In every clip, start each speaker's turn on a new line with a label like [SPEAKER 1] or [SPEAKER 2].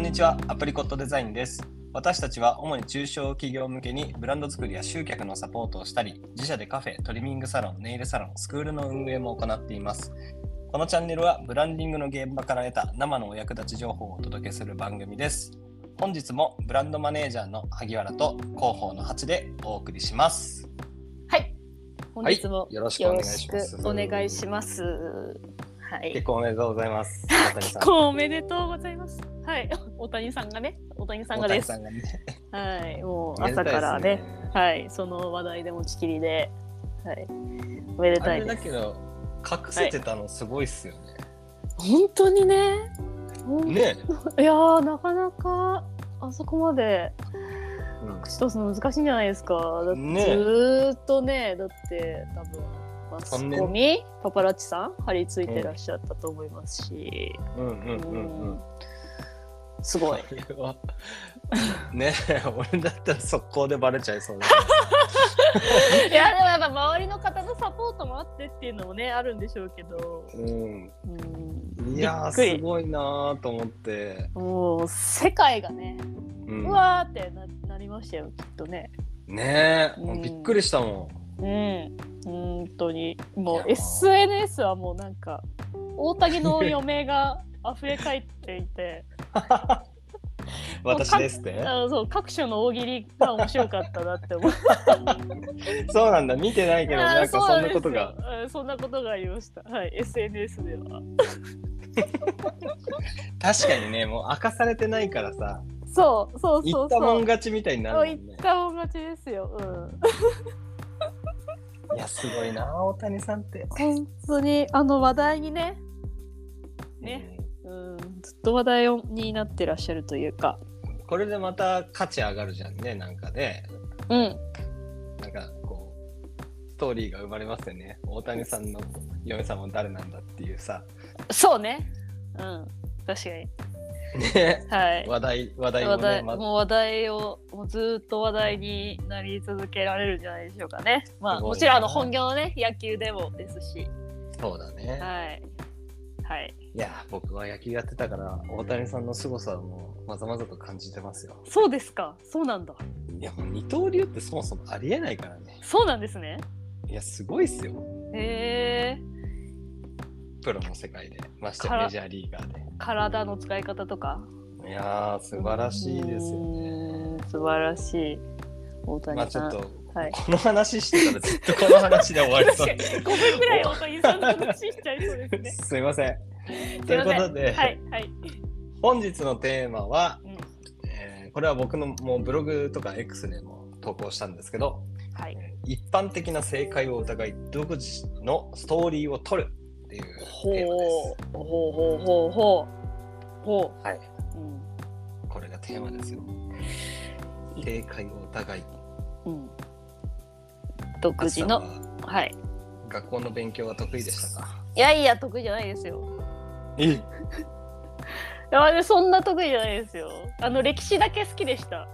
[SPEAKER 1] にちは、アプリコットデザインです。私たちは主に中小企業向けにブランド作りや集客のサポートをしたり、自社でカフェ、トリミングサロン、ネイルサロン、スクールの運営も行っています。このチャンネルはブランディングの現場から得た生のお役立ち情報をお届けする番組です。本日もブランドマネージャーの萩原と広報の8でお送りします。
[SPEAKER 2] はい。本日も
[SPEAKER 1] よろしくお
[SPEAKER 2] よ
[SPEAKER 1] 願
[SPEAKER 2] ろ
[SPEAKER 1] い
[SPEAKER 2] し
[SPEAKER 1] し
[SPEAKER 2] く
[SPEAKER 1] ます。
[SPEAKER 2] お願いします。はい
[SPEAKER 1] 結。婚おめでとうございます。大谷さん
[SPEAKER 2] 結構おめでとうございます。はい。 大谷さんがね、大谷さんが
[SPEAKER 1] 大谷
[SPEAKER 2] です
[SPEAKER 1] さ。んがね
[SPEAKER 2] はい。もう朝から
[SPEAKER 1] めで
[SPEAKER 2] ね
[SPEAKER 1] たいです
[SPEAKER 2] はい。その話題で持ちきりで、はい。おめで
[SPEAKER 1] あ
[SPEAKER 2] たい
[SPEAKER 1] れ
[SPEAKER 2] で
[SPEAKER 1] だ
[SPEAKER 2] す。
[SPEAKER 1] けど隠せてたのすごいっすよね。
[SPEAKER 2] 本当にね。ほん
[SPEAKER 1] ね、
[SPEAKER 2] いやーなかなかあそこまで
[SPEAKER 1] うん
[SPEAKER 2] 口とすの難しいんじゃないですか。だって
[SPEAKER 1] ね
[SPEAKER 2] ずーっとね、だって多分。マスコ
[SPEAKER 1] 三
[SPEAKER 2] ミパパラッチさん張り付いてらっしゃったと思いますし、
[SPEAKER 1] うんうんうんうん。
[SPEAKER 2] すご い
[SPEAKER 1] こ。れはね俺だったら速攻でバレちゃいそうだ
[SPEAKER 2] いやでもやっぱ周りの方のサポートもあってっていうのもねあるんでしょうけど、
[SPEAKER 1] けど、うん、
[SPEAKER 2] うん、
[SPEAKER 1] いやー
[SPEAKER 2] びっくり
[SPEAKER 1] すごいなーと思って、
[SPEAKER 2] もう世界がね
[SPEAKER 1] うん
[SPEAKER 2] う、わーってななりましたよきっとね。
[SPEAKER 1] ねえ、
[SPEAKER 2] うん
[SPEAKER 1] びっくりしたも
[SPEAKER 2] うん本当にもう
[SPEAKER 1] いや
[SPEAKER 2] SNS はもうなんか大谷の嫁が溢れ返っていて
[SPEAKER 1] ん私ですって
[SPEAKER 2] あのそう各所の大喜利が面白かったなって思う。
[SPEAKER 1] そうなんだ見て ないけどなんかそんな
[SPEAKER 2] です
[SPEAKER 1] こ
[SPEAKER 2] よ
[SPEAKER 1] とが。
[SPEAKER 2] うんそんなことがありました。はい、SNS では。
[SPEAKER 1] 確かにねもう明かされてないからさ
[SPEAKER 2] そうそう
[SPEAKER 1] 言
[SPEAKER 2] そうそ
[SPEAKER 1] った
[SPEAKER 2] う。
[SPEAKER 1] もん勝ちみたいにな
[SPEAKER 2] そうい
[SPEAKER 1] るもん
[SPEAKER 2] っ
[SPEAKER 1] ね
[SPEAKER 2] たもん勝ちですよ。う
[SPEAKER 1] い
[SPEAKER 2] ん。
[SPEAKER 1] やすごいなー大谷さんって
[SPEAKER 2] 本当にあの話題にね、ね、うん、ずっと話題になってらっしゃるという
[SPEAKER 1] う
[SPEAKER 2] か、
[SPEAKER 1] んこれでまた価値上がるじゃんねなんかね
[SPEAKER 2] うん、
[SPEAKER 1] なんかこうストーリーが生まれますよね大谷さんの嫁さんは誰なんだっていうさ、
[SPEAKER 2] そうね、うん、確かに、
[SPEAKER 1] ね、
[SPEAKER 2] はい。
[SPEAKER 1] 話題話題も
[SPEAKER 2] 話
[SPEAKER 1] ね
[SPEAKER 2] 題
[SPEAKER 1] ま
[SPEAKER 2] もう話題をもうずっと話題になり続けられるんじゃないでしょうかね。まあ
[SPEAKER 1] すごいね
[SPEAKER 2] もちろんあの本業のね野球でもですし、
[SPEAKER 1] そうだね、
[SPEAKER 2] はいはい
[SPEAKER 1] い、や僕は野球やってたから大谷さんの凄さをもうまざまざと感じてますよ
[SPEAKER 2] そうですかそうなんだ
[SPEAKER 1] いやもう二刀流ってそもそもありえないからね
[SPEAKER 2] そうなんですね
[SPEAKER 1] いやすごいっすよ
[SPEAKER 2] へえ
[SPEAKER 1] プロの世界でまして
[SPEAKER 2] から
[SPEAKER 1] メジャーリーガー
[SPEAKER 2] 体の使い方とか
[SPEAKER 1] でいやー素晴らしいですよね
[SPEAKER 2] うん素晴らしい。大
[SPEAKER 1] まあ
[SPEAKER 2] 谷
[SPEAKER 1] ち
[SPEAKER 2] さん。
[SPEAKER 1] ょっと、
[SPEAKER 2] はい
[SPEAKER 1] この話してたらずっとこの話で終わりそう
[SPEAKER 2] 確かに5分ぐらい大谷さんの話しちゃいそうですね。
[SPEAKER 1] すいません
[SPEAKER 2] ん
[SPEAKER 1] ということで、
[SPEAKER 2] はいはい。
[SPEAKER 1] 本日のテーマは、
[SPEAKER 2] うん
[SPEAKER 1] えーこれは僕のもうブログとか X でも投稿したんですけど、
[SPEAKER 2] はい。
[SPEAKER 1] えー一般的な正解を疑い独自のストーリーを取るっていう
[SPEAKER 2] ほう
[SPEAKER 1] テーマです。
[SPEAKER 2] ほうほうほうほうほ
[SPEAKER 1] はい、
[SPEAKER 2] う。う
[SPEAKER 1] これがテーマですよ。正解を疑い。
[SPEAKER 2] ん。うん。独自の。
[SPEAKER 1] あつさんは
[SPEAKER 2] はい。
[SPEAKER 1] 学校の勉強は得意でしたか？
[SPEAKER 2] いやいや得意じゃないですよ。
[SPEAKER 1] え、
[SPEAKER 2] いやでそんな得意じゃないですよ。あの歴史だけ好きでした。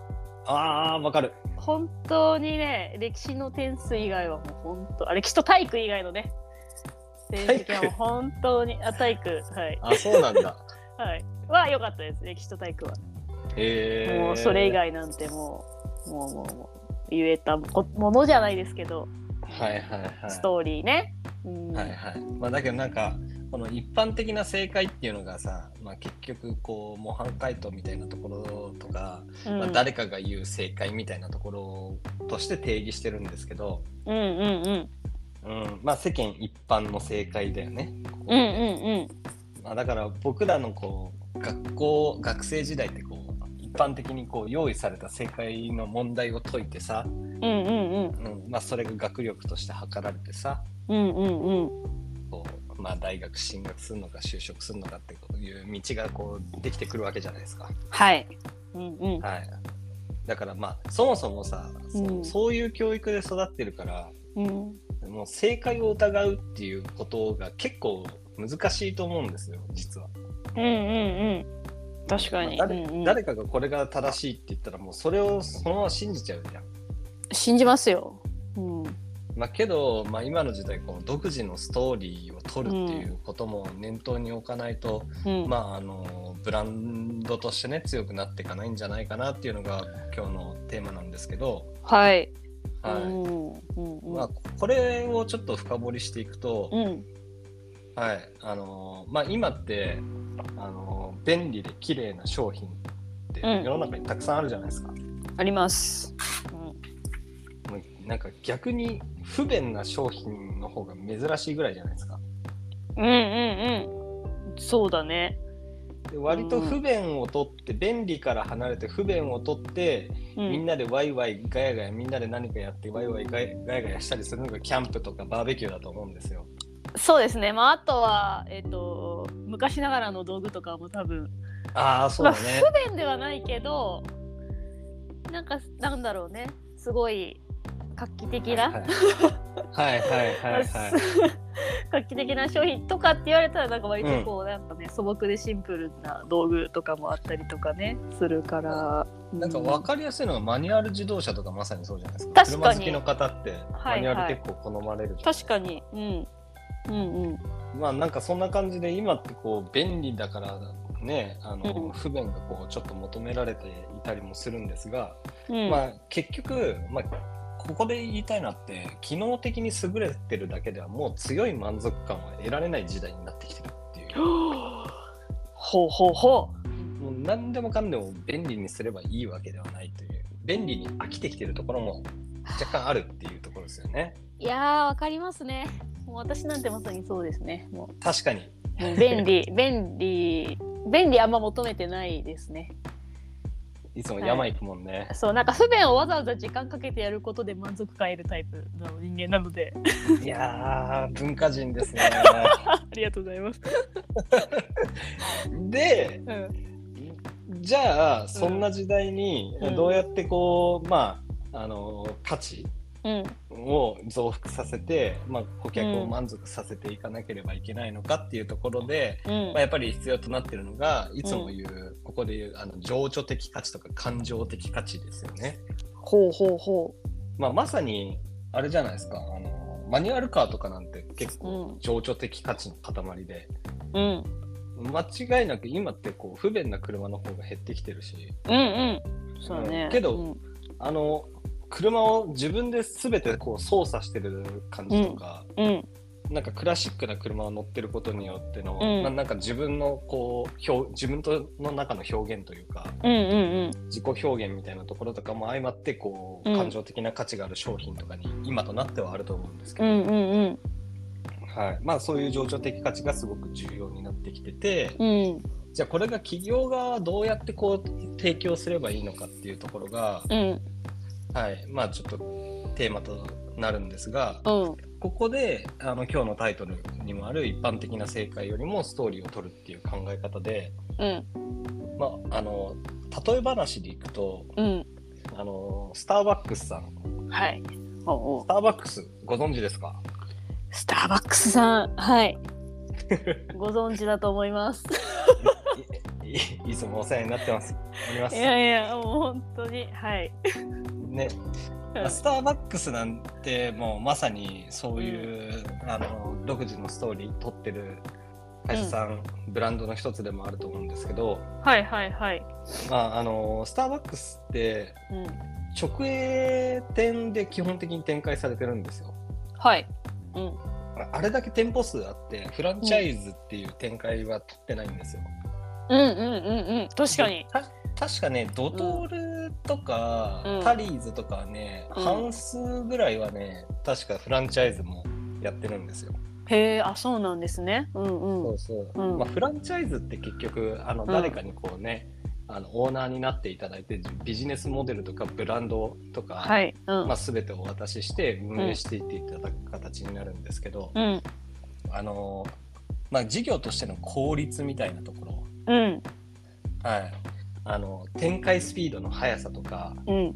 [SPEAKER 1] ああわかる。
[SPEAKER 2] 本当にね歴史の点数以外はもう本当あ歴史と体育以外のね成績はもう本当にあ体育はい
[SPEAKER 1] あ、そうなん だ。
[SPEAKER 2] はいは良かったです歴史と体育は、
[SPEAKER 1] へえ。
[SPEAKER 2] もうそれ以。外なんてもうもうもうもう言えたこものじゃないですけど、
[SPEAKER 1] はいはいはい。
[SPEAKER 2] ストーリーねうん、
[SPEAKER 1] はいはい。まあだけどなんかこの一般的な正解っていうのがさ、まあ結局こう模範解答みたいなところとか、
[SPEAKER 2] うん
[SPEAKER 1] まあ誰かが言う正解みたいなところとして定義してるんですけど、
[SPEAKER 2] うんうんうん
[SPEAKER 1] うん、まあ世間一般の正解だよね。ここ
[SPEAKER 2] うんうん
[SPEAKER 1] まあだから僕らのこう学校学生時代ってこう一般的にこう用意された正解の問題を解いてさ、
[SPEAKER 2] うんうんうんうん
[SPEAKER 1] うん、まあそれが学力として測られてさ。
[SPEAKER 2] うんうんうん
[SPEAKER 1] こう、まあ、大学進学するのか就職するのかっていう道がこうできてくるわけじゃないですか。
[SPEAKER 2] はいうんうん
[SPEAKER 1] はい、だからまあそもそもさそ,、う
[SPEAKER 2] うん
[SPEAKER 1] そういう教育で育ってるから
[SPEAKER 2] うん
[SPEAKER 1] もう正解を疑うっていうことが結構難しいと思うんですよ実は。
[SPEAKER 2] うんうんうん確かに、
[SPEAKER 1] まあ誰
[SPEAKER 2] うんうん
[SPEAKER 1] 誰かがこれが正しいって言ったらもうそれをそのまま信じちゃうじゃん。
[SPEAKER 2] 信じますよ。うん、
[SPEAKER 1] まあ、けど、まあ、今の時代こう独自のストーリーを取るっていうことも念頭に置かないと、
[SPEAKER 2] うん
[SPEAKER 1] まあ、あのブランドとしてね強くなっていかないんじゃないかなっていうのが今日のテーマなんですけど、
[SPEAKER 2] はい。
[SPEAKER 1] はい
[SPEAKER 2] うんうんうん
[SPEAKER 1] まあ、これをちょっと深掘りしていくと、
[SPEAKER 2] うん
[SPEAKER 1] はいあのまあ、今ってあの便利で綺麗な商品って
[SPEAKER 2] うん
[SPEAKER 1] 世の中にたくさんあるじゃないですか。
[SPEAKER 2] あります。うん
[SPEAKER 1] もうなんか逆に不便な商品の方が珍しいぐらいじゃないですか。
[SPEAKER 2] うんうんうん。そうだね。
[SPEAKER 1] で割と不便を取って便利から離れて不便を取って
[SPEAKER 2] う
[SPEAKER 1] みん
[SPEAKER 2] ん。
[SPEAKER 1] なでワイワイガヤガヤみんなで何かやってワイワイガヤガヤガヤしたりするのがキャンプとかバーベキューだと思うんですよ。
[SPEAKER 2] そうですね。まああとはえっ、と昔ながらの道具とかも多分
[SPEAKER 1] ああそうだね。
[SPEAKER 2] 不便ではないけど、なんかなんだろうね。すごい画期的な。
[SPEAKER 1] はいはいはいはいはい。
[SPEAKER 2] 画期的な商品とかって言われたらなんか割とこう、なんかね素朴でシンプルな道具とかもあったりとかねするから
[SPEAKER 1] なんか分かりやすいのがマニュアル自動車とかまさにそうじゃないですか。
[SPEAKER 2] 確かに
[SPEAKER 1] 車好きの方ってマ
[SPEAKER 2] い
[SPEAKER 1] ニュアル結構好まれるじゃないです
[SPEAKER 2] 確かに、うん、うんうん
[SPEAKER 1] まあなんかそんな感じで今ってこう便利だからねあの、
[SPEAKER 2] うん
[SPEAKER 1] 不便がこうちょっと求められていたりもするんですが、
[SPEAKER 2] うん
[SPEAKER 1] まあ結局、まあ、ここで言いたいなって機能的に優れてるだけではもう強い満足感は得られない時代になってきてるっていう
[SPEAKER 2] ほうほうほ
[SPEAKER 1] もう何でもかんでも便利にすればいいわけではないという便利に飽きてきてるところも若干あるっていうところですよね。
[SPEAKER 2] ういやーわかりますねもう私なんてまさにそうですねも
[SPEAKER 1] 確かに
[SPEAKER 2] うもう便利便利便利あんま求めてないですね
[SPEAKER 1] いつも山行くもんね。
[SPEAKER 2] そうなんか不便をわざわざ時間かけてやることで満足感得るタイプの人間なので
[SPEAKER 1] い、やー文化人ですね。
[SPEAKER 2] ありがとうございます、
[SPEAKER 1] で
[SPEAKER 2] うん
[SPEAKER 1] じゃあそんな時代に
[SPEAKER 2] うん
[SPEAKER 1] どうやってこう、まああの価値
[SPEAKER 2] うん、
[SPEAKER 1] を増幅させて、まあ、顧客
[SPEAKER 2] う
[SPEAKER 1] を
[SPEAKER 2] ん
[SPEAKER 1] 満足させていかなければいけないのかっていうところで、
[SPEAKER 2] うん
[SPEAKER 1] まあ、やっぱり必要となってるのがいつも言う、ここで言うあの情緒的価値とか感情的価値ですよね。
[SPEAKER 2] ほうほうほ
[SPEAKER 1] まあ、まさにあれじゃないですかあのマニュアルカーとかなんて結
[SPEAKER 2] う
[SPEAKER 1] 構
[SPEAKER 2] ん
[SPEAKER 1] 情緒的価値の塊で、
[SPEAKER 2] う。うん。
[SPEAKER 1] 間違いなく今ってこう不便な車の方が減ってきてるし。
[SPEAKER 2] うんうん。そうだね。
[SPEAKER 1] けど
[SPEAKER 2] うん
[SPEAKER 1] あの車を自分で全てこう操作してる感じとか、
[SPEAKER 2] うん。
[SPEAKER 1] なんかクラシックな車を乗ってることによっての、
[SPEAKER 2] うん
[SPEAKER 1] ななんか自分のこう表自分との中の表現というか
[SPEAKER 2] うんうん
[SPEAKER 1] 自己表現みたいなところとかも相まってこう
[SPEAKER 2] うん
[SPEAKER 1] 感情的な価値がある商品とかに今となってはあると思うんですけ
[SPEAKER 2] うん。う
[SPEAKER 1] ど、
[SPEAKER 2] んうんうん。
[SPEAKER 1] はいまあ、そういう情緒的価値がすごく重要になってきてて、
[SPEAKER 2] うん
[SPEAKER 1] じゃあこれが企業側はどうやってこう提供すればいいのかっていうところが、
[SPEAKER 2] うん
[SPEAKER 1] はいまあ、ちょっとテーマとなるんですが。
[SPEAKER 2] うん。
[SPEAKER 1] ここであの今日のタイトルにもある一般的な正解よりもストーリーを取るっていう考え方で、
[SPEAKER 2] うん
[SPEAKER 1] まあ、あの例え話でいくと
[SPEAKER 2] う
[SPEAKER 1] あのスターバックスさん
[SPEAKER 2] ん。はい。おうおう
[SPEAKER 1] スターバックスご存知ですか
[SPEAKER 2] スターバックスさん。 はい。ご存知だと思い ます。
[SPEAKER 1] いいいつもお世話になってます。ありま
[SPEAKER 2] い
[SPEAKER 1] す
[SPEAKER 2] やいや、もう本当に。 はい。
[SPEAKER 1] ねまあスターバックスなんてもうまさにそういう、あの独自のストーリー取ってる会社さん、ブランドの一つでもあると思うんですけど、
[SPEAKER 2] はいはいはい。
[SPEAKER 1] まあ、あのスターバックスって
[SPEAKER 2] うん。
[SPEAKER 1] 直営店で基本的に展開されてるんですよ。
[SPEAKER 2] はい。うん。
[SPEAKER 1] ああれだけ店舗数あって、フランチャイズっていう展開は取ってないんですよ。
[SPEAKER 2] うんうんうんうん。確かに。
[SPEAKER 1] た。確かね、ドトールとか、
[SPEAKER 2] うん
[SPEAKER 1] タリーズとかね、
[SPEAKER 2] うん
[SPEAKER 1] 半数ぐらいはね、確かフランチャイズもやってるんですよ。
[SPEAKER 2] へえ、あ、そうなんですね。うんうん。
[SPEAKER 1] そう
[SPEAKER 2] うん
[SPEAKER 1] まあ、フランチャイズって結局、あの
[SPEAKER 2] ん
[SPEAKER 1] 誰かにこうね、あのオーナーになっていただいて、ビジネスモデルとかブランドとか、
[SPEAKER 2] はい。うん
[SPEAKER 1] まあ、。全てお渡しして運営していっていただく形になるんですけど、
[SPEAKER 2] うん。
[SPEAKER 1] あのまあ、事業としての効率みたいなところ、
[SPEAKER 2] うん。
[SPEAKER 1] はい、あの展開スピードの速さとか、
[SPEAKER 2] うん。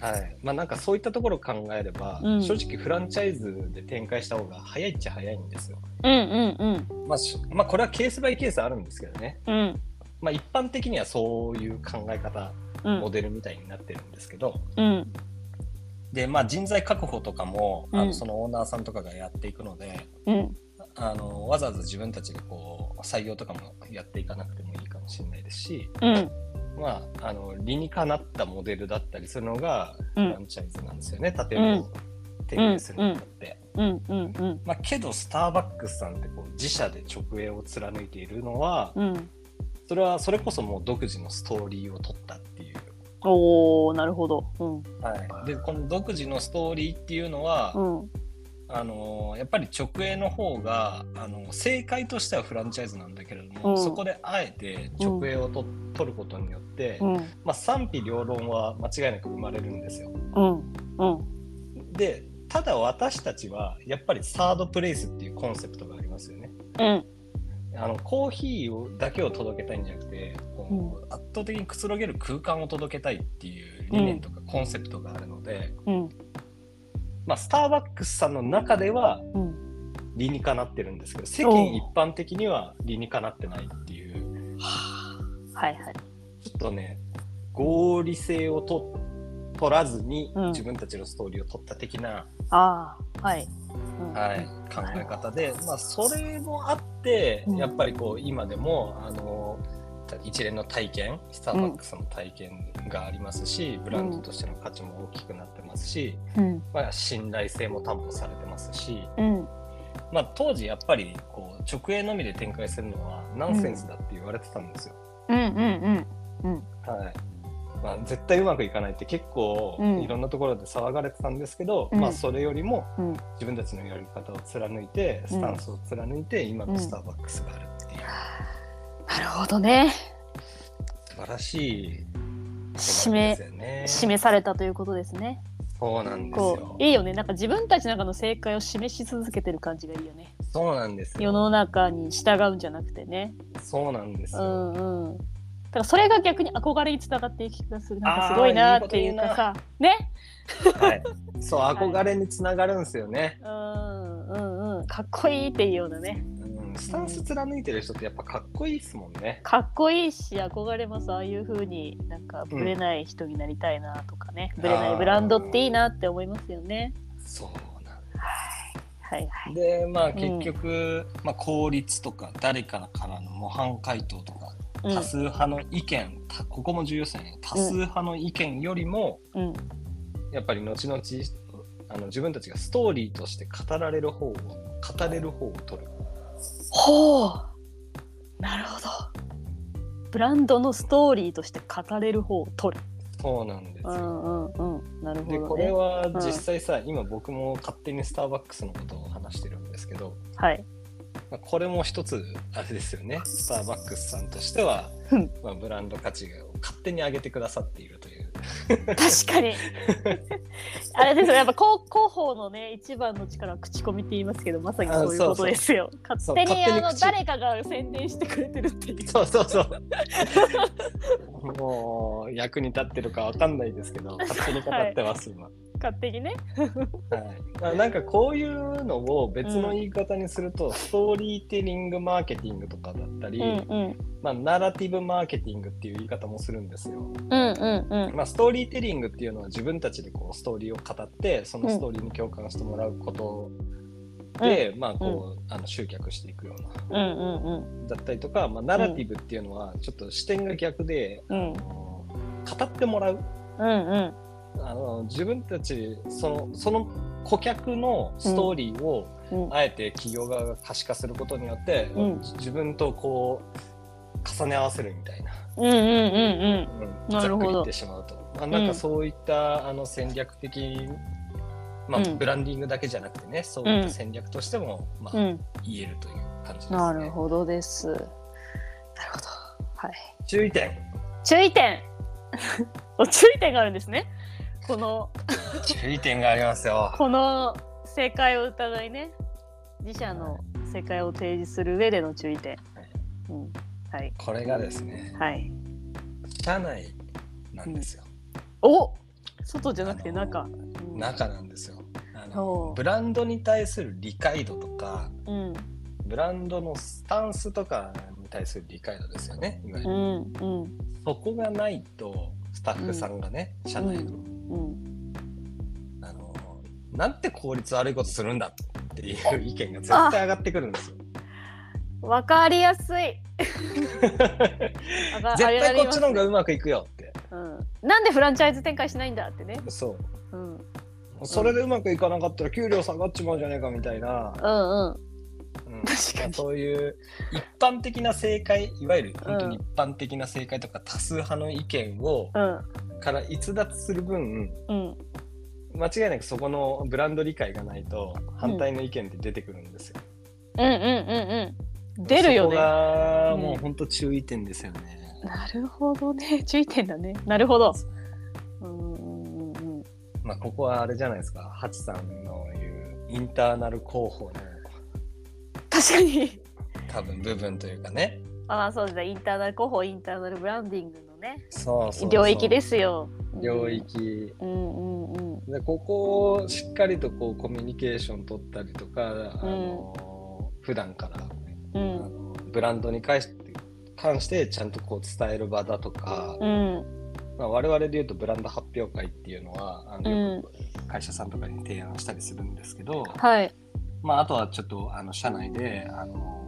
[SPEAKER 1] はいまあ、なんかそういったところを考えれば、
[SPEAKER 2] うん
[SPEAKER 1] 正直フランチャイズで展開した方が早いっちゃ早いんですよ。
[SPEAKER 2] うんうんうん。
[SPEAKER 1] まあしまあ、これはケースバイケースあるんですけどね、
[SPEAKER 2] うん。
[SPEAKER 1] まあ、一般的にはそういう考え方
[SPEAKER 2] うん
[SPEAKER 1] モ。デルみたいになってるんですけど、
[SPEAKER 2] うん。
[SPEAKER 1] で、まあ、人材確保とかも、あ
[SPEAKER 2] う
[SPEAKER 1] の
[SPEAKER 2] ん
[SPEAKER 1] そのオーナーさんとかがやっていくので、
[SPEAKER 2] うん。
[SPEAKER 1] あのわざわざ自分たちでこう採用とかもやっていかなくてもいいかもしれないですし、
[SPEAKER 2] うん。
[SPEAKER 1] まあ、あの理にかなったモデルだったりするのが
[SPEAKER 2] う
[SPEAKER 1] フラ
[SPEAKER 2] ん。
[SPEAKER 1] ンチャイズなんですよね、建物を提供するのって。
[SPEAKER 2] うん。うん。うん。
[SPEAKER 1] まあ、けどスターバックスさんってこう自社で直営を貫いているのは
[SPEAKER 2] うん。
[SPEAKER 1] それはそれこそもう独自のストーリーを取ったっていう、
[SPEAKER 2] おお、なるほど。うん。
[SPEAKER 1] はい、でこの独自のストーリーっていうのは、
[SPEAKER 2] うん。
[SPEAKER 1] あのーやっぱり直営の方が、あのー正解としてはフランチャイズなんだけれども、
[SPEAKER 2] うん
[SPEAKER 1] そこであえて直営をと、取ることによって、
[SPEAKER 2] うん。
[SPEAKER 1] まあ、賛否両論は間違いなく生まれるんですよ。
[SPEAKER 2] うん。うん。
[SPEAKER 1] でただ私たちはやっぱりサードプレイスっていうコンセプトがありますよね。
[SPEAKER 2] うん。
[SPEAKER 1] あのコーヒーをだけを届けたいんじゃなくて、こう圧倒的にくつろげる空間を届けたいっていう理念とかコンセプトがあるので、
[SPEAKER 2] うん。
[SPEAKER 1] まあ、スターバックスさんの中では
[SPEAKER 2] うん。
[SPEAKER 1] 理にかなってるんですけど世間一般的には理にかなってないっていう
[SPEAKER 2] はいはい。
[SPEAKER 1] ちょっとね合理性をと取らずに
[SPEAKER 2] うん
[SPEAKER 1] 自分たちのストーリーを取った的な、
[SPEAKER 2] ああ、はい。うん
[SPEAKER 1] はい、考え方で、まあ、それもあって
[SPEAKER 2] うん
[SPEAKER 1] やっぱりこう今でもあの一連の体験スターバックスの体験がありますし、ブランドとしての価値も大きくなってますし、
[SPEAKER 2] うん。
[SPEAKER 1] まあ、信頼性も担保されてますし。
[SPEAKER 2] うん。
[SPEAKER 1] まあ、当時やっぱりこう直営のみで展開するのはナンセンスだって言われてたんですよ。
[SPEAKER 2] うん。うん。うん。
[SPEAKER 1] はいまあ、絶対うまくいかないって結構
[SPEAKER 2] うん
[SPEAKER 1] いろんなところで騒がれてたんですけど、
[SPEAKER 2] うん
[SPEAKER 1] まあ、それよりも
[SPEAKER 2] うん
[SPEAKER 1] 自分たちのやり方を貫いてスタンスを貫いて今のスターバックスがあるっていう
[SPEAKER 2] なるほどね。
[SPEAKER 1] 素晴らしいで
[SPEAKER 2] 締め
[SPEAKER 1] す。よね。
[SPEAKER 2] 示されたということですね。
[SPEAKER 1] そうなんです
[SPEAKER 2] こ
[SPEAKER 1] よ
[SPEAKER 2] う。いいよね。なんか自分たちの中の正解を示し続けてる感じがいいよね。
[SPEAKER 1] そうなんです
[SPEAKER 2] 世
[SPEAKER 1] よ。
[SPEAKER 2] の中に従うんじゃなくてね。
[SPEAKER 1] そうなんです
[SPEAKER 2] う
[SPEAKER 1] よ。
[SPEAKER 2] んうん。だからそれが逆に憧れにつながっていく気がする。なんかすごいなっていうかさ。ね。
[SPEAKER 1] はい、そう憧れにつながるんですよね。
[SPEAKER 2] うんうんうん。かっこいいっていうようなね。
[SPEAKER 1] うん、スタンス貫いてる人ってやっぱかっこいいですもんね。
[SPEAKER 2] かっこいいし憧れますああいう風になんかブレない人になりたいなとかね、
[SPEAKER 1] うん
[SPEAKER 2] ブレな
[SPEAKER 1] あ
[SPEAKER 2] い
[SPEAKER 1] ー
[SPEAKER 2] ブランドっていいなって思いますよね
[SPEAKER 1] そうなん
[SPEAKER 2] はいはい
[SPEAKER 1] でまあ
[SPEAKER 2] ん
[SPEAKER 1] 結局、まあ、効率とか誰からからの模範解答とか
[SPEAKER 2] うん
[SPEAKER 1] 多数派の意見、たここも重要ですよね多数派の意見よりも、
[SPEAKER 2] うん
[SPEAKER 1] やっぱり後々あの自分たちがストーリーとして語られる方を語れる方を取る
[SPEAKER 2] ほうなるほどブランドのストーリーとして語れる方を取る
[SPEAKER 1] そうなんですよ、
[SPEAKER 2] うんうんうんなるほど、
[SPEAKER 1] で
[SPEAKER 2] ね、
[SPEAKER 1] これは実際さ、今僕も勝手にスターバックスのことを話してるんですけど、
[SPEAKER 2] はい
[SPEAKER 1] まあ、これも一つあれですよねスターバックスさんとしては、
[SPEAKER 2] うん
[SPEAKER 1] まあ、ブランド価値を勝手に上げてくださっているという
[SPEAKER 2] 確かに あれですよやっぱ広広報のね一番の力は口コミって言いますけどまさにそういう
[SPEAKER 1] あそ
[SPEAKER 2] こ
[SPEAKER 1] うそ
[SPEAKER 2] と
[SPEAKER 1] う
[SPEAKER 2] ですよ
[SPEAKER 1] そう
[SPEAKER 2] 勝手に
[SPEAKER 1] 勝手
[SPEAKER 2] あ
[SPEAKER 1] に
[SPEAKER 2] の
[SPEAKER 1] 口
[SPEAKER 2] 誰かが宣伝してくれてるっていう
[SPEAKER 1] そうそうそう。 もう役に立ってるかわかんないですけど、勝手に語ってます、今。
[SPEAKER 2] 勝手にね
[SPEAKER 1] はいまあ、なんかこういうのを別の言い方にすると、ストーリーテリングマーケティングとかだったり、
[SPEAKER 2] うん
[SPEAKER 1] まあ、ナラティブマーケティングっていう言い方もするんですよ。
[SPEAKER 2] うんうんうん
[SPEAKER 1] まあ、ストーリーテリングっていうのは自分たちでこうストーリーを語ってそのストーリーに共感してもらうことで、まあこうあの集客していくような
[SPEAKER 2] うんうん
[SPEAKER 1] だったりとか、まあ、ナラティブっていうのはちょっと視点が逆で、
[SPEAKER 2] うん
[SPEAKER 1] あの語ってもらう
[SPEAKER 2] うんうん
[SPEAKER 1] あの自分たちそのその顧客のストーリーを
[SPEAKER 2] うん
[SPEAKER 1] あえて企業側が可視化することによって、
[SPEAKER 2] うん
[SPEAKER 1] じ自分とこう重ね合わせるみたいな、
[SPEAKER 2] うんうんうん
[SPEAKER 1] うん
[SPEAKER 2] なるほ
[SPEAKER 1] ざっく
[SPEAKER 2] ど
[SPEAKER 1] り言ってしまうと、まあ、なん
[SPEAKER 2] う
[SPEAKER 1] か
[SPEAKER 2] ん
[SPEAKER 1] そういった、あの戦略的、まあ
[SPEAKER 2] うん
[SPEAKER 1] ブランディングだけじゃなくてねそういった戦略としても、まあ
[SPEAKER 2] うんうん
[SPEAKER 1] 言えるという感じですね。
[SPEAKER 2] なるほどですなるほどはい
[SPEAKER 1] 注意点
[SPEAKER 2] 注意点お注意点があるんですねこの
[SPEAKER 1] 注意点がありますよ。
[SPEAKER 2] この正解を疑いね自社の世界を提示する上での注意点うんはい
[SPEAKER 1] これがですね
[SPEAKER 2] はい
[SPEAKER 1] 社内なんですよ。
[SPEAKER 2] お外じゃなくて中うん
[SPEAKER 1] 中なんですよあ
[SPEAKER 2] そ
[SPEAKER 1] の
[SPEAKER 2] う
[SPEAKER 1] ブランドに対する理解度とか
[SPEAKER 2] うん
[SPEAKER 1] ブランドのスタンスとかに対する理解度ですよねいわゆ
[SPEAKER 2] う
[SPEAKER 1] る
[SPEAKER 2] んうん
[SPEAKER 1] そこがないとスタッフさんがね、社内の,、
[SPEAKER 2] うん
[SPEAKER 1] なんて効率悪いことするんだっていう意見が絶対上がってくるんですよ。
[SPEAKER 2] わかりやす いわか
[SPEAKER 1] 絶対こっちの方が
[SPEAKER 2] あ
[SPEAKER 1] うまくいくよって。
[SPEAKER 2] りますうん、なんでフランチャイズ展開しないんだってね、
[SPEAKER 1] そう。
[SPEAKER 2] うん、うん
[SPEAKER 1] それでうまくいかなかったら給料下がっちまうじゃねえかみたいな、
[SPEAKER 2] うん
[SPEAKER 1] うん
[SPEAKER 2] 確かに
[SPEAKER 1] そういう一般的な正解いわゆる本当に一般的な正解とか多数派の意見を
[SPEAKER 2] うん
[SPEAKER 1] から逸脱する分
[SPEAKER 2] うん
[SPEAKER 1] 間違いなくそこのブランド理解がないと反対の意見って出てくるんですよ。
[SPEAKER 2] うんうんうんうん出るよ
[SPEAKER 1] そこ
[SPEAKER 2] ね
[SPEAKER 1] がもう本当注意点ですよね。
[SPEAKER 2] なるほどね注意点だねなるほどうんうんうんうん
[SPEAKER 1] まあここはあれじゃないですかハチさんの言うインターナル広報の
[SPEAKER 2] 確 かに
[SPEAKER 1] 多分部分というかね。
[SPEAKER 2] ああそうですねインターナル広報インターナルブランディングのね
[SPEAKER 1] そうそうそう
[SPEAKER 2] 領域ですよ
[SPEAKER 1] 領域
[SPEAKER 2] うんうんうん
[SPEAKER 1] でここをしっかりとこうコミュニケーション取ったりとか、あの普段から、
[SPEAKER 2] う
[SPEAKER 1] あ
[SPEAKER 2] ん
[SPEAKER 1] のブランドに関して関してちゃんとこう伝える場だとか、
[SPEAKER 2] うん
[SPEAKER 1] まあ、我々で言うとブランド発表会っていうのはあの
[SPEAKER 2] うん
[SPEAKER 1] よく会社さんとかに提案したりするんですけど、
[SPEAKER 2] はい
[SPEAKER 1] まあ、あとはちょっとあの社内であの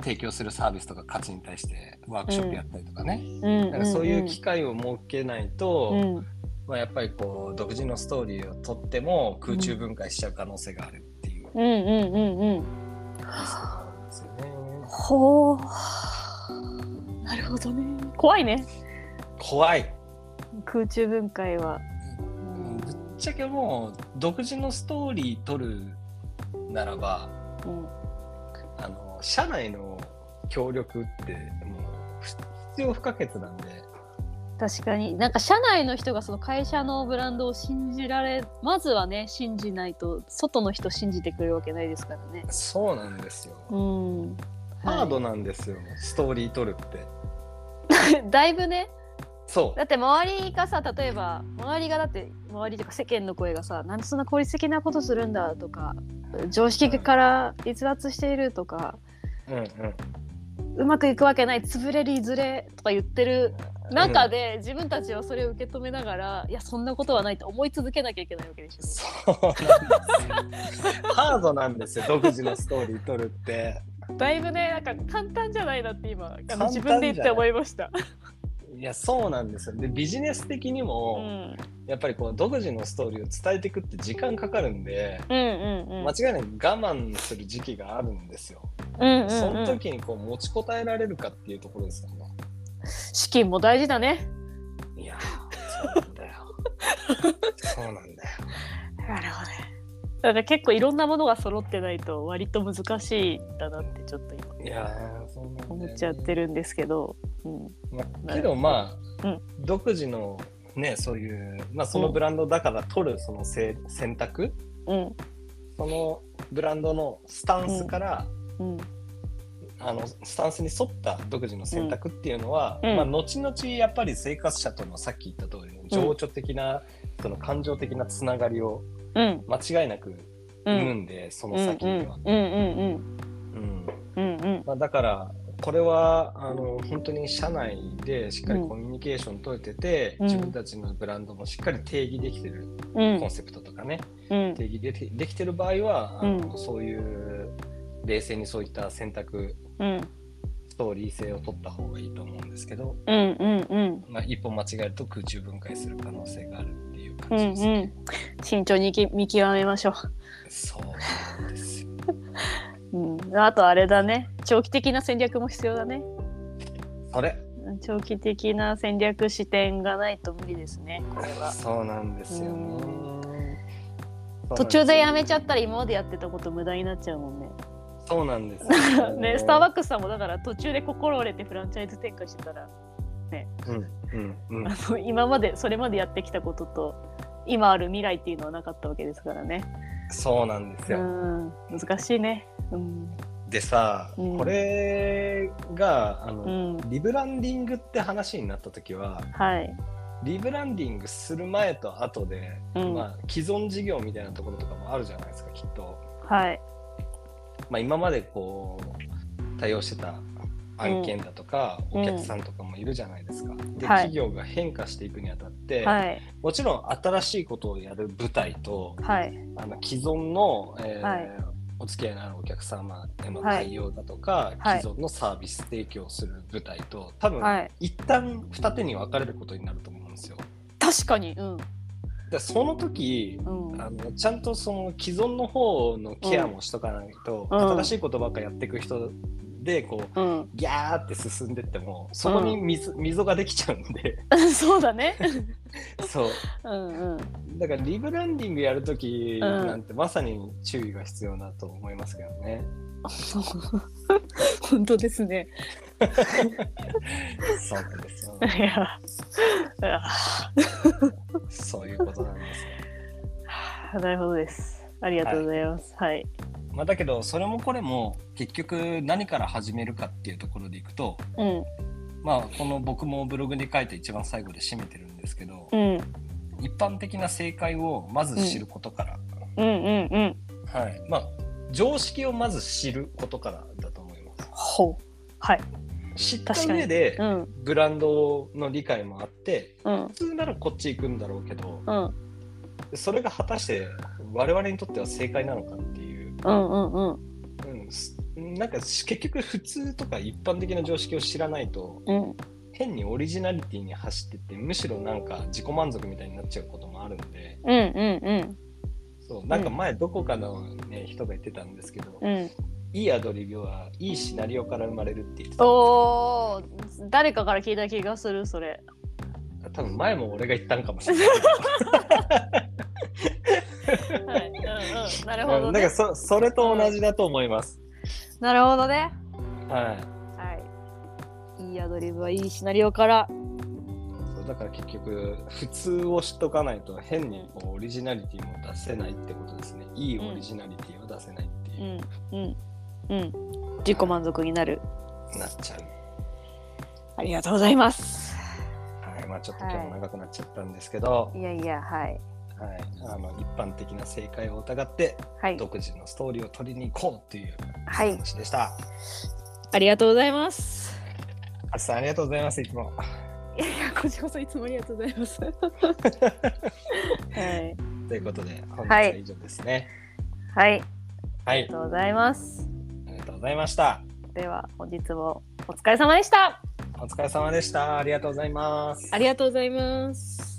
[SPEAKER 1] 提供するサービスとか価値に対してワークショップやったりとかね、
[SPEAKER 2] うん
[SPEAKER 1] なんかそういう機会を設けないと、
[SPEAKER 2] うんうん
[SPEAKER 1] まあ、やっぱりこう独自のストーリーをとっても空中分解しちゃう可能性があるっていう
[SPEAKER 2] うんうんうんうん
[SPEAKER 1] なんですよね。
[SPEAKER 2] ほう。なるほどね。怖いね。
[SPEAKER 1] 怖い
[SPEAKER 2] 空中分解は。
[SPEAKER 1] うんぶっちゃけもう独自のストーリー撮るならば
[SPEAKER 2] うん。
[SPEAKER 1] あの社内の協力ってもう必要不可欠なんで
[SPEAKER 2] 確かに。なんか社内の人がその会社のブランドを信じられ、まずはね、信じないと、外の人信じてくれるわけないですからね。
[SPEAKER 1] そうなんですよ。
[SPEAKER 2] うん。
[SPEAKER 1] ハードなんですよ、ストーリー撮るって。
[SPEAKER 2] はい だいぶね
[SPEAKER 1] そ
[SPEAKER 2] だって周りがさ例えば周りがだって周りというか世間の声がさなんでそんな効率的なことするんだとか常識から逸脱しているとか
[SPEAKER 1] う。うんうん。
[SPEAKER 2] うまくいくわけない潰れるいずれとか言ってる中で、自分たちはそれを受け止めながらいやそんなことはないと思い続けなきゃいけないわけでしょ
[SPEAKER 1] そうなん ですよ。ハードなんですよ、独自のストーリー撮るって。
[SPEAKER 2] だいぶねなんか簡単じゃないなって今あの
[SPEAKER 1] 簡単じ
[SPEAKER 2] 自
[SPEAKER 1] ゃない
[SPEAKER 2] 分で言って思いました
[SPEAKER 1] いやそうなんですよでビジネス的に
[SPEAKER 2] うん
[SPEAKER 1] も、
[SPEAKER 2] うん
[SPEAKER 1] やっぱりこう独自のストーリーを伝えていくって時間かかるんで、
[SPEAKER 2] うんうん
[SPEAKER 1] 間違いなく我慢する時期があるんですよ、
[SPEAKER 2] うんう
[SPEAKER 1] そ
[SPEAKER 2] んう
[SPEAKER 1] の
[SPEAKER 2] ん
[SPEAKER 1] 時にこう持ちこたえられるかっていうところですよね
[SPEAKER 2] 資金も大事だね
[SPEAKER 1] いや ーそうなんだよそうなんだよ
[SPEAKER 2] なるほどだから結構いろんなものが揃ってないと割と難しいんだなってちょっと今
[SPEAKER 1] いやーそうなんだよね、
[SPEAKER 2] 思っちゃってるんですけど、うん、
[SPEAKER 1] まあけどまあ、
[SPEAKER 2] うん
[SPEAKER 1] 独自のねそういう、まあ、そのブランドだから取るそのせ選択
[SPEAKER 2] うん
[SPEAKER 1] そのブランドのスタンスから、
[SPEAKER 2] うん
[SPEAKER 1] あのスタンスに沿った独自の選択っていうのは、
[SPEAKER 2] うん
[SPEAKER 1] まあ、後々やっぱり生活者とのさっき言った通りの情緒的な、その感情的なつながりを
[SPEAKER 2] うん
[SPEAKER 1] 間違いなく
[SPEAKER 2] う
[SPEAKER 1] 生む
[SPEAKER 2] ん
[SPEAKER 1] んで、そ
[SPEAKER 2] うん
[SPEAKER 1] の
[SPEAKER 2] うん
[SPEAKER 1] 先には、
[SPEAKER 2] うん
[SPEAKER 1] うん
[SPEAKER 2] うんうん
[SPEAKER 1] まあ、だからこれはあの本当に社内でしっかりコミュニケーション取れてて、
[SPEAKER 2] うん
[SPEAKER 1] 自分たちのブランドもしっかり定義できてる、
[SPEAKER 2] うん
[SPEAKER 1] コンセプトとかね
[SPEAKER 2] うん
[SPEAKER 1] 定義できできてる場合はあの、
[SPEAKER 2] うん
[SPEAKER 1] そういう冷静にそういった選択
[SPEAKER 2] うん
[SPEAKER 1] ストーリー性を取った方がいいと思うんですけど。
[SPEAKER 2] うんうんうん
[SPEAKER 1] まあ、一歩間違えると空中分解する可能性があるっていう
[SPEAKER 2] う
[SPEAKER 1] 感
[SPEAKER 2] ん
[SPEAKER 1] じです、
[SPEAKER 2] う
[SPEAKER 1] ね
[SPEAKER 2] ん慎重にき見極めましょ
[SPEAKER 1] そうなんですよ。
[SPEAKER 2] う、うん、あとあれだね長期的な戦略も必要だね
[SPEAKER 1] それ
[SPEAKER 2] 長期的な戦略視点がないと無理ですねこれは
[SPEAKER 1] そうなんですよね
[SPEAKER 2] う。
[SPEAKER 1] そうなんすよ
[SPEAKER 2] 途中でやめちゃったら今までやってたこと無駄になっちゃうもんね
[SPEAKER 1] そうなんですよ
[SPEAKER 2] ねスターバックスさんもだから途中で心折れてフランチャイズ展開してたら
[SPEAKER 1] うんうんうん
[SPEAKER 2] あの今までそれまでやってきたことと今ある未来っていうのはなかったわけですからね
[SPEAKER 1] そうなんです
[SPEAKER 2] う
[SPEAKER 1] よ。
[SPEAKER 2] ん難しいねうん
[SPEAKER 1] でさ、
[SPEAKER 2] うん
[SPEAKER 1] これがあの、
[SPEAKER 2] うん
[SPEAKER 1] リブランディングって話になった時は
[SPEAKER 2] はい
[SPEAKER 1] リブランディングする前と後で、
[SPEAKER 2] うん
[SPEAKER 1] まあ、既存事業みたいなところとかもあるじゃないですかきっと。
[SPEAKER 2] はい
[SPEAKER 1] まあ、今までこう対応してた案件だとか、
[SPEAKER 2] うん
[SPEAKER 1] お客さんとかもいるじゃないですか。で
[SPEAKER 2] はい
[SPEAKER 1] 企業が変化していくにあたって、
[SPEAKER 2] はい
[SPEAKER 1] もちろん新しいことをやる舞台と
[SPEAKER 2] はい
[SPEAKER 1] あの既存の、えー
[SPEAKER 2] はい
[SPEAKER 1] お付き合いのあるお客様への
[SPEAKER 2] はい
[SPEAKER 1] 対応だとか、
[SPEAKER 2] はい
[SPEAKER 1] 既存のサービス提供する舞台と多分、
[SPEAKER 2] はい
[SPEAKER 1] 一旦二手に分かれることになると思うんですよ。
[SPEAKER 2] 確かにうん
[SPEAKER 1] でその時
[SPEAKER 2] うん
[SPEAKER 1] あのちゃんとその既存の方のケアもしとかないと、
[SPEAKER 2] うん
[SPEAKER 1] 新しいことばっかやっていく人でこう
[SPEAKER 2] うん
[SPEAKER 1] ギャーって進んでってもそこに溝,、溝ができちゃうんで
[SPEAKER 2] そうだね
[SPEAKER 1] そう
[SPEAKER 2] うんうん
[SPEAKER 1] だからリブランディングやるとき
[SPEAKER 2] ん
[SPEAKER 1] なんてまさに注意が必要だと思いますけどね。
[SPEAKER 2] 本当ですね
[SPEAKER 1] そうなんですよ
[SPEAKER 2] いやうわ
[SPEAKER 1] そういうことなんですよ。
[SPEAKER 2] なるほどですありがとうございますはい
[SPEAKER 1] まあ、だけどそれもこれも結局何から始めるかっていうところでいくと、
[SPEAKER 2] うん
[SPEAKER 1] まあ、この僕もブログに書いて一番最後で締めてるんですけど、
[SPEAKER 2] うん
[SPEAKER 1] 一般的な正解をまず知ることから、
[SPEAKER 2] うんうんうん
[SPEAKER 1] はいまあ常識をまず知ることからだと思います
[SPEAKER 2] ほうはい
[SPEAKER 1] 知った上で
[SPEAKER 2] うん
[SPEAKER 1] ブランドの理解もあって
[SPEAKER 2] うん
[SPEAKER 1] 普通ならこっち行くんだろうけど
[SPEAKER 2] うん
[SPEAKER 1] それが果たして我々にとっては正解なのかっていう、
[SPEAKER 2] うんうんうん
[SPEAKER 1] うんす、なんか結局普通とか一般的な常識を知らないと
[SPEAKER 2] うん
[SPEAKER 1] 変にオリジナリティに走ってってむしろなんか自己満足みたいになっちゃうこともあるんで
[SPEAKER 2] うんうん
[SPEAKER 1] そうなんか前どこかの、ね、人が言ってたんですけど、
[SPEAKER 2] うんうん
[SPEAKER 1] いいアドリブはいいシナリオから生まれるって言ってた
[SPEAKER 2] おお誰かから聞いた気がするそれ
[SPEAKER 1] 多分前も俺が言ったんかもしれない
[SPEAKER 2] はいうんうんなるほ
[SPEAKER 1] う
[SPEAKER 2] ど
[SPEAKER 1] んなん
[SPEAKER 2] ね
[SPEAKER 1] かそそれと同じだと思います、
[SPEAKER 2] なるほどね
[SPEAKER 1] はい
[SPEAKER 2] はいいいアドリブはいいシナリオから
[SPEAKER 1] そうだから結局普通を知っとかないと変にこうオリジナリティも出せないってことですねいいオリジナリティを出せないって
[SPEAKER 2] う
[SPEAKER 1] いう、
[SPEAKER 2] んうんうん自己満足になる
[SPEAKER 1] なっちゃう
[SPEAKER 2] ありがとうございます
[SPEAKER 1] はいまあちょっと今日も長くなっちゃったんですけど、
[SPEAKER 2] いやいやは
[SPEAKER 1] は
[SPEAKER 2] い
[SPEAKER 1] いあの一般的な正解を疑って
[SPEAKER 2] はい
[SPEAKER 1] 独自のストーリーを取りに行こうっていう
[SPEAKER 2] はい
[SPEAKER 1] 話でした、
[SPEAKER 2] ありがとうございます
[SPEAKER 1] あつさんありがとうございますいつも
[SPEAKER 2] いやいやこちらこそいつもありがとうございます はい
[SPEAKER 1] ということで本日
[SPEAKER 2] は
[SPEAKER 1] はい以上ですね
[SPEAKER 2] はい
[SPEAKER 1] はい
[SPEAKER 2] ありがとうございます
[SPEAKER 1] ありがとうございました。
[SPEAKER 2] では本日もお疲れ様でした
[SPEAKER 1] お疲れ様でした。ありがとうございます。
[SPEAKER 2] ありがとうございます